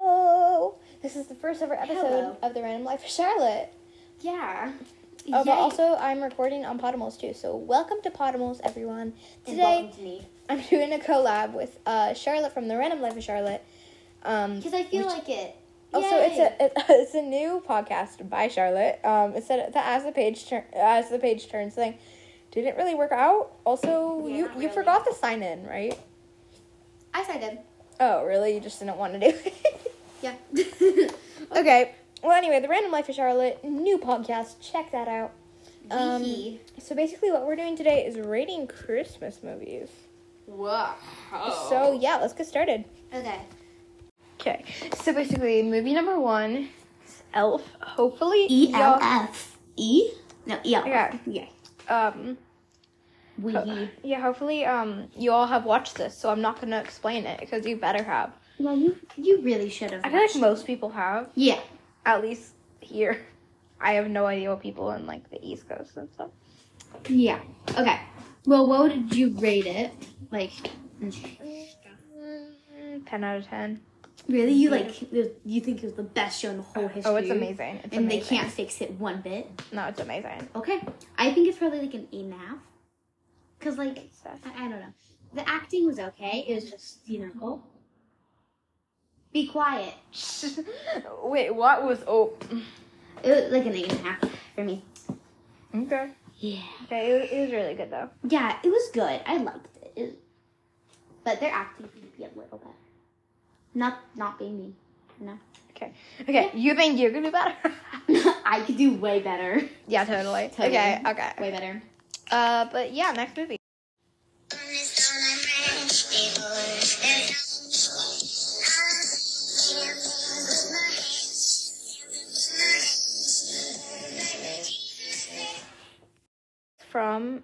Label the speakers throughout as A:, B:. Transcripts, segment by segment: A: Oh, This is the first ever episode
B: Hello.
A: of the Random Life of Charlotte.
B: Yeah.
A: Oh, but
B: Yay.
A: also I'm recording on Podimals too. So welcome to Podimals, everyone.
B: And
A: Today
B: welcome to me.
A: I'm doing a collab with uh, Charlotte from the Random Life of Charlotte. Um,
B: Because I feel
A: which-
B: like it.
A: also it's a it, it's a new podcast by Charlotte. Um, it said that as the page tur- as the page turns thing didn't really work out. Also,
B: Yeah,
A: you
B: not
A: you
B: really.
A: forgot to sign in, right?
B: I signed in.
A: Oh, really? You just didn't want to do it.
B: Yeah.
A: Okay. Well, anyway, the Random Life of Charlotte new podcast. Check that out. Um,
B: Hee hee.
A: So basically, what we're doing today is rating Christmas movies.
B: Wow.
A: So yeah, let's get started.
B: Okay.
A: Oh. Okay. So basically, movie number one, is Elf. Hopefully,
B: E L
A: y'all-
B: F. E? No, E L F.
A: Yeah.
B: Yeah. Oh.
A: um,
B: We.
A: yeah. Hopefully, um, you all have watched this, so I'm not gonna explain it because you better have.
B: Well, you, you really should have.
A: I feel like
B: watched.
A: most people have,
B: Yeah.
A: at least here. I have no idea what people in like the East Coast and stuff.
B: Yeah. Okay. Well, what did you rate it? Like,
A: Mm, Ten out of ten.
B: really? You like? You think it was the best show in the whole history?
A: Oh, it's amazing. It's
B: And they
A: amazing.
B: can't fix it one bit.
A: No, it's amazing.
B: Okay. I think it's probably like an eight and a half. Cause like
A: It's, uh,
B: I, I don't know. The acting was okay. It was just, you know. oh. Be quiet.
A: Wait, what was oh?
B: It was like an eight and a half for me.
A: Okay.
B: Yeah.
A: Okay, it was, it was really good though.
B: Yeah, it was good. I liked it. it but their acting could be a little better. Not not being me. No.
A: Okay. Okay, you think you could do better?
B: I could do way better.
A: yeah, totally.
B: Totally.
A: Okay, okay.
B: Way better.
A: Uh, but yeah, next movie. From,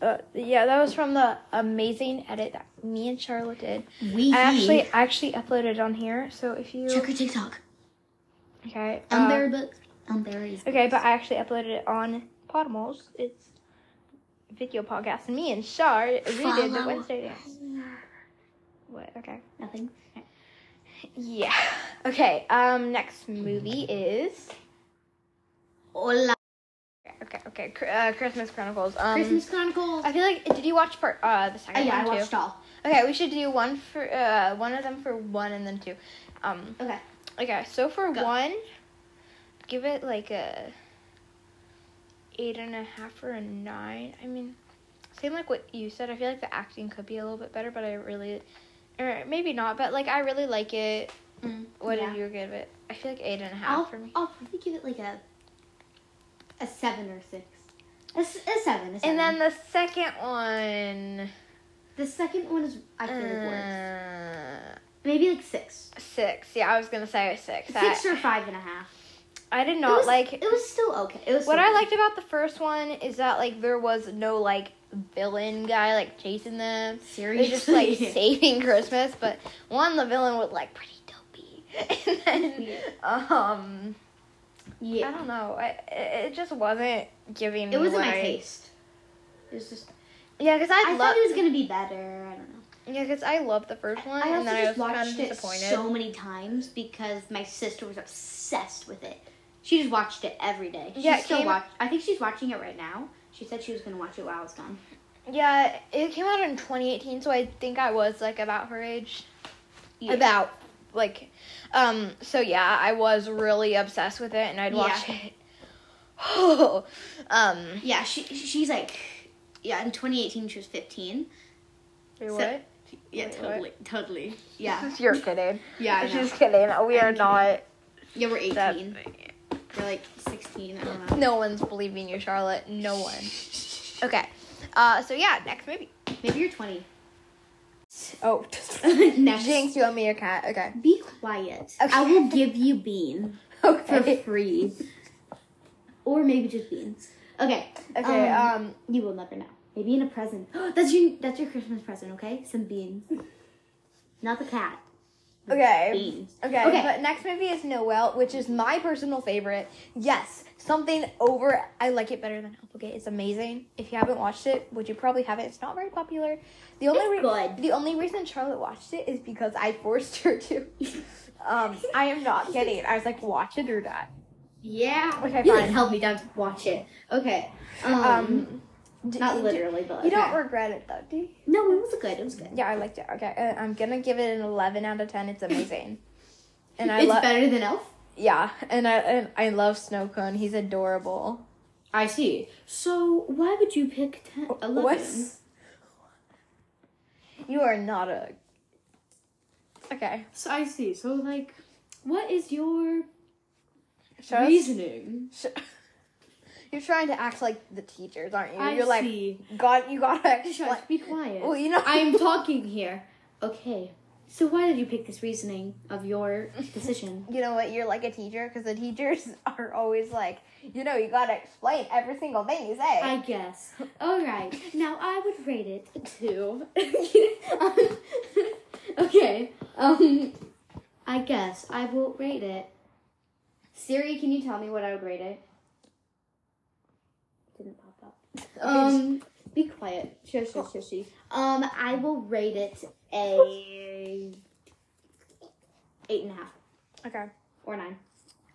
A: uh, yeah, that was from the amazing edit that me and Charlotte did.
B: We
A: I actually, I actually uploaded it on here. So if you,
B: check her TikTok.
A: okay, uh,
B: Um, there, but um, there is.
A: Okay, but I actually uploaded it on Podimals. It's a video podcast, and me and Shar we did the
B: Follow.
A: Wednesday dance. What? Okay.
B: Nothing.
A: Yeah. Okay. Um. Next movie is.
B: Hola.
A: Okay. Okay. Cr- Uh, Christmas Chronicles. Um,
B: Christmas Chronicles.
A: I feel like did you watch part uh the second
B: Oh, yeah, I
A: one
B: watched
A: too?
B: all.
A: Okay, we should do one for uh one of them for one and then two. Um.
B: Okay.
A: Okay. So for
B: Go.
A: one, give it like a eight and a half or a nine. I mean, same like what you said. I feel like the acting could be a little bit better, but I really, or maybe not. But like I really like it. What
B: Yeah.
A: did you give it? I feel like eight and a half
B: I'll,
A: for me.
B: I'll probably give it like a a seven or six. A, s- a seven. A seven.
A: And then the second one,
B: the second one is I feel like worse.
A: uh,
B: Maybe like six.
A: six. Yeah, I was gonna say six.
B: Six
A: I,
B: or five and a half.
A: I did
B: it
A: not
B: was,
A: like.
B: It was still okay. It was
A: what
B: still
A: I
B: good.
A: liked about the first one is that like there was no like villain guy like chasing them. They're
B: Seriously.
A: just like saving Christmas, but one the villain was like pretty dopey, and then
B: Yeah.
A: um I
B: yeah.
A: don't know, I, it it just wasn't giving. me
B: It wasn't
A: what
B: my
A: I-
B: taste. It was just.
A: Yeah, because
B: I
A: I,
B: thought
A: love.
B: it was gonna be better. I don't know.
A: Yeah, because I loved the first one,
B: I also
A: and then I was
B: just
A: kind of
B: watched it
A: disappointed.
B: so many times because my sister was obsessed with it. She just watched it every day. She
A: Yeah, it
B: still
A: came-
B: watch. I think she's watching it right now. She said she was gonna watch it while I was gone.
A: Yeah, it came out in 2018, so I think I was like about her age.
B: Yeah.
A: About like, um. So yeah, I was really obsessed with it, and I'd watch
B: Yeah.
A: it. Oh, um.
B: Yeah, she she's like, yeah. In 2018, she was 15.
A: Wait,
B: So-
A: what?
B: Yeah,
A: Wait, what?
B: totally, totally. Yeah,
A: You're kidding.
B: yeah. I know.
A: She's kidding. We are
B: I'm kidding.
A: not.
B: Yeah, we're 18.
A: That,
B: You're like 16. I don't know.
A: no one's believing you, Charlotte. No one. Okay. Uh. So yeah, next movie.
B: Maybe you're 20.
A: Oh.
B: Next.
A: Jinx, you owe me a cat. Okay.
B: Be quiet.
A: Okay.
B: I will give you bean for
A: Okay.
B: free, or maybe just beans. Okay.
A: Okay.
B: um,
A: um
B: You will never know. Maybe in a present. that's your that's your Christmas present, okay? Some beans. Not the cat.
A: Okay.
B: Beans.
A: Okay,
B: Okay.
A: but next movie is Noel, which is my personal favorite. Yes, something over. I like it better than Applegate. It's amazing. If you haven't watched it, which you probably haven't, it's not very popular. The only
B: It's
A: re-
B: good.
A: the only reason Charlotte watched it is because I forced her to. Um, I am not getting it. I was like, watch it or die.
B: Yeah.
A: Okay,
B: You
A: fine.
B: like help me down to watch it. Okay. Um,
A: Um, d-
B: not
A: d-
B: literally, but
A: You don't
B: okay.
A: regret it though, do you?
B: No, it was good. It was good.
A: Yeah, I liked it. Okay, uh, I'm gonna give it an 11 out of 10. It's amazing. And I
B: it's
A: love
B: better than Elf.
A: yeah, and I and I love Snow Cone. He's adorable.
B: I see. So why would you pick 10, 11?
A: What's you are not a okay.
B: So I see. So like, what is your
A: Show us-
B: reasoning?
A: sh- You're trying to act like the teachers, aren't you?
B: I
A: You're like,
B: see.
A: God, you gotta explain.
B: Shush, be quiet.
A: Well, you know,
B: I'm talking here. Okay. So why did you pick this reasoning of your decision?
A: you know what? You're like a teacher because the teachers are always like, you know, you gotta explain every single thing you say.
B: I guess. All right. Now I would rate it a two. okay. Um, I guess I will rate it. Siri, can you tell me what I would rate it? Didn't pop up. Um, be quiet. Shush, shush, shushy. Um, I will rate it a eight and a half
A: okay.
B: or nine.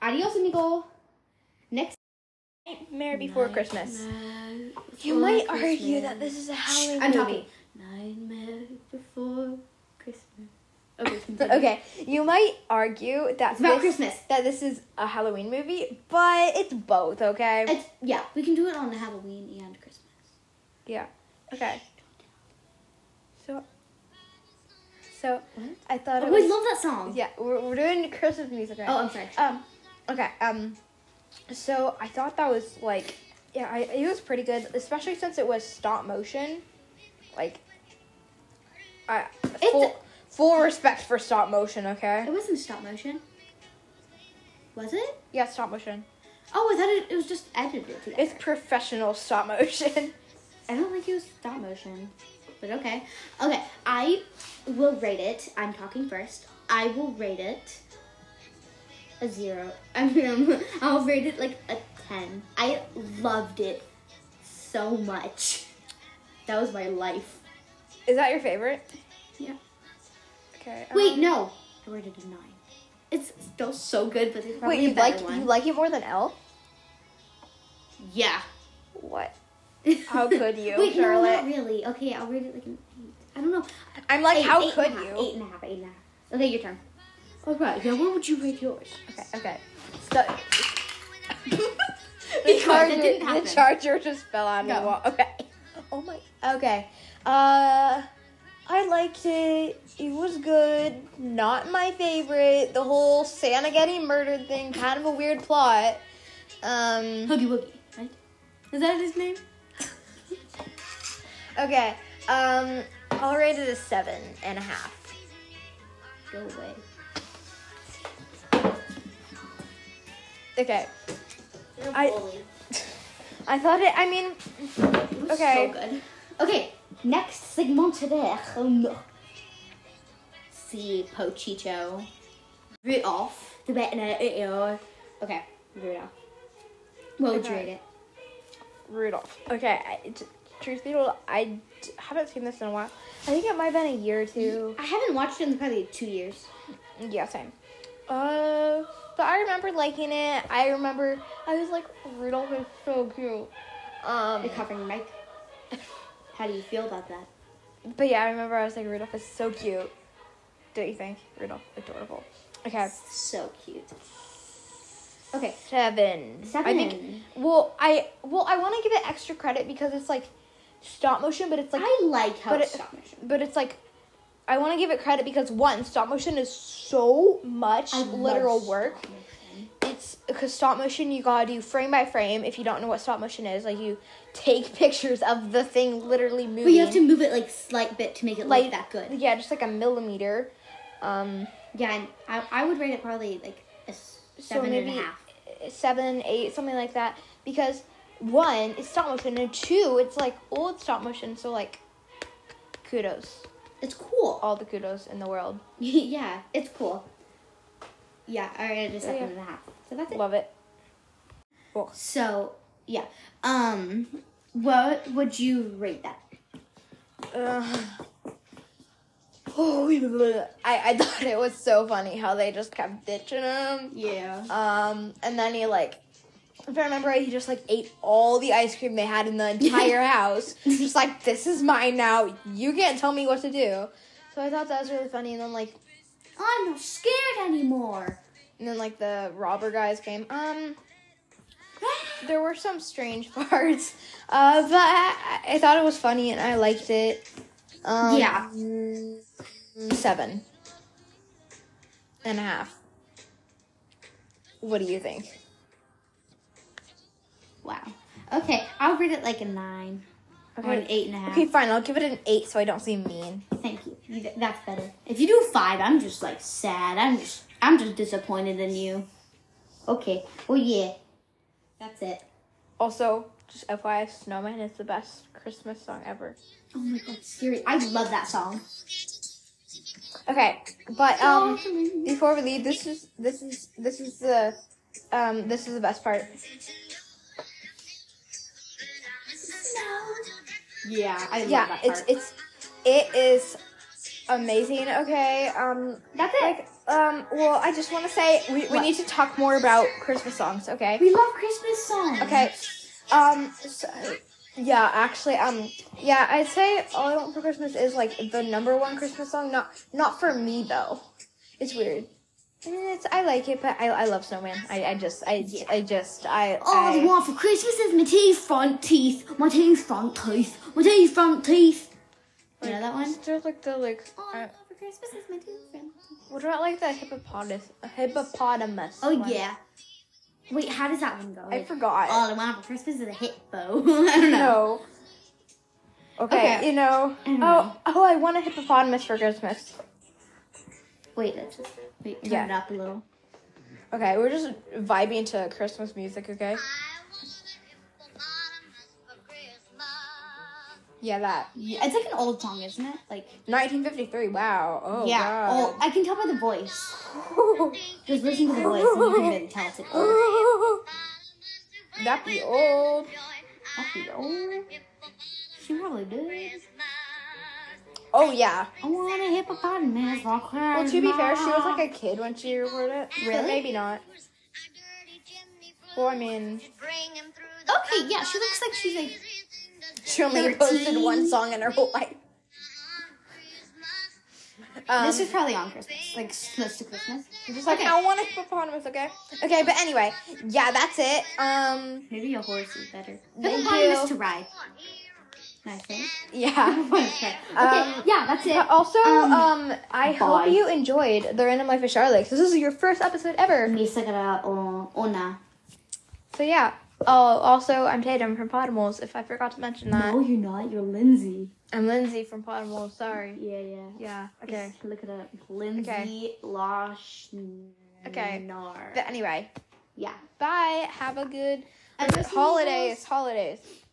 B: Adios, amigo. Next.
A: Nightmare Before Christmas. You
B: Before
A: might argue that
B: Christmas.
A: this is a Halloween
B: I'm
A: movie.
B: talking. Nightmare before Christmas. Ah, Okay.
A: But,
B: continue.
A: okay, you might argue that
B: It's Mm-hmm. about
A: this,
B: Christmas.
A: that this is a Halloween movie, but it's both. Okay.
B: It's, yeah, we can do it on Halloween and Christmas.
A: yeah. Okay. So. So I thought
B: Oh,
A: it
B: we
A: was.
B: love that song.
A: yeah, we're, we're doing Christmas music right
B: Oh, I'm sorry.
A: Um, okay. Um, so I thought that was like, yeah, I, it was pretty good, especially since it was stop motion. Like, I
B: It's-
A: full full respect for stop motion. Okay.
B: It wasn't stop motion. Was it?
A: Yeah, stop motion.
B: Oh, I thought it, it was just edited together.
A: It's professional stop motion.
B: I don't think it was stop motion, but okay. Okay, I will rate it. I'm talking first. I will rate it a zero. I mean, I'll rate it like a 10. I loved it so much. That was my life.
A: Is that your favorite?
B: Yeah.
A: Okay. um,
B: Wait, no. I rated a 9. It's still so good, but there's probably
A: Wait, you
B: a better
A: like
B: one.
A: you like it more than Elf?
B: yeah.
A: What? How could you,
B: Wait,
A: Charlotte?
B: no, not really. Okay, I'll rate it like an 8. I don't know.
A: I'm like,
B: Eight-
A: how
B: eight and a
A: could
B: half,
A: you?
B: Eight and a half, eight and a half. Okay, your turn. All right, now what would you rate yours?
A: Okay. Okay. So. the,
B: Because it
A: charger,
B: didn't happen.
A: the charger just fell on the
B: No.
A: wall. Okay. Oh my. Okay. Uh, I liked it. It was good. Not my favorite. The whole Santa getting murdered thing, kind of a weird plot. Um.
B: Hoogie Woogie, right? Is that his name?
A: Okay. Um, I'll rate it a seven and a half.
B: Go away.
A: Okay.
B: You're
A: I- I thought it. I mean, okay.
B: So good. Okay, next segment today. See Pochicho. Rudolph. The Batman. uh, Okay, Rudolph. What would you
A: Okay.
B: rate it?
A: Rudolph. Okay. I, t- truth be told, I d- haven't seen this in a while. I think it might have been a year or two.
B: I haven't watched it in probably two years.
A: Yeah, same. Uh, but I remember liking it. I remember I was like, Rudolph is so cute. Um,
B: You're covering your mic. How do you feel about that?
A: but yeah, I remember I was like, Rudolph is so cute. Don't you think? Rudolph, adorable. Okay.
B: So cute. Okay,
A: Seven. I think.
B: Seven.
A: Well, I well I want to give it extra credit because it's like stop motion, but it's like
B: I like how
A: but
B: it's
A: it-
B: stop motion.
A: but it's like I want to give it credit because one stop motion is so much
B: I love
A: literal
B: stop
A: work.
B: motion.
A: It's because stop motion you gotta do frame by frame. If you don't know what stop motion is, like you take pictures of the thing literally moving.
B: But you have to move it like slight bit to make it
A: like
B: look that good.
A: Yeah, just like a millimeter. Um,
B: Yeah, and I, I would rate it probably like a s- seven and a half.
A: maybe- seven, eight, something like that. Because one, it's stop motion, and two, it's like old stop motion. So like, kudos,
B: It's cool.
A: all the kudos in the world.
B: yeah, it's cool. Yeah, I rated it a seven
A: yeah.
B: and a half. So that's it.
A: Love it.
B: So yeah, um, what would you rate that?
A: Uh, oh, bleh. I, I thought it was so funny how they just kept ditching him.
B: Yeah.
A: Um, and then he like, if I remember right, he just like ate all the ice cream they had in the entire house. Just like, this is mine now. You can't tell me what to do. So I thought that was really funny. And then like,
B: I'm not scared anymore.
A: and then like the robber guys came. Um, there were some strange parts, uh, but I, I thought it was funny and I liked it. Um,
B: Yeah.
A: mm, Seven and a half. What do you think?
B: Wow. Okay, I'll rate it like a nine or an eight and a half.
A: Okay, fine. I'll give it an eight so I don't seem mean.
B: Thank you. you. th- That's better. If you do five, I'm just like sad. I'm just I'm just disappointed in you. Okay. Well, yeah. That's it.
A: Also, just FYI, Snowman is the best Christmas song ever.
B: Oh my god, scary. I love that song.
A: Okay, but um, before we leave, this is this is this is the um this is the best part.
B: Yeah, I love
A: yeah,
B: that
A: it's
B: part.
A: it's it is amazing. Okay, um,
B: That's it.
A: like um, well, I just want to say we, we
B: What?
A: need to talk more about Christmas songs. Okay,
B: we love Christmas songs.
A: okay, um, so, yeah, actually, um, yeah, I'd say all I want for Christmas is like the number one Christmas song. Not not for me though. It's weird. I mean, It's, I like it, but I, I love Snowman. I, I just I, I just I
B: All I
A: I-
B: want for Christmas is my teeth, front teeth, my teeth, front teeth, my teeth, front teeth. You know that one? Oh, Uh,
A: There's like the like.
B: All
A: I-
B: I want for Christmas is my teeth, front teeth.
A: What about like the hippopotamus? Hippopotamus.
B: Oh
A: one?
B: yeah. Oh, Wait, how does that one go?
A: I forgot.
B: All I want for Christmas is a hit bow. I don't
A: No.
B: know.
A: Okay,
B: Okay.
A: you know.
B: I don't
A: Oh,
B: know.
A: oh! I want a hippopotamus for Christmas.
B: Wait, that's just, wait, turn
A: Yeah.
B: it up a little.
A: Okay, we're just vibing to Christmas music. Okay. Yeah, that.
B: Yeah, it's like an old song, isn't it? Like
A: 1953. Wow. Oh.
B: yeah. Oh, I can tell by the voice.
A: God.
B: Just listen to the voice and you can really tell it's like old. Oh.
A: that be old.
B: That's the old. She probably did.
A: Oh yeah.
B: I want a hippopotamus for Christmas.
A: Well, to be fair, she was like a kid when she recorded it. so
B: Really?
A: maybe not. Well, Oh, I mean,
B: Okay, yeah, she looks like she's like.
A: she only posted one song in her whole life. Um,
B: this is probably on Christmas, like s- close to Christmas.
A: Just like
B: Okay.
A: I want a hippopotamus, okay? Okay, but anyway, yeah, that's it. Um,
B: Maybe a horse is better.
A: Thank
B: Hippopotamus
A: you.
B: to ride. I think.
A: yeah.
B: okay,
A: Um,
B: yeah, that's it.
A: But also, um,
B: Um,
A: I
B: bye.
A: hope you enjoyed the Random Life of Charlotte. 'cause This is your first episode ever,
B: Mi sagrada o-
A: uh,
B: ona.
A: so yeah. Oh, also, I'm Tatum from Pottermoles. If I forgot to mention that,
B: No, you're not. You're Lindsay.
A: I'm Lindsay from Pottermoles. Sorry.
B: Yeah, yeah.
A: Yeah. Okay.
B: Just Look it up. Lindsay Losh.
A: Okay.
B: Nar.
A: But anyway,
B: yeah.
A: bye. Have a good
B: And listen to
A: holiday.
B: us.
A: It's holidays.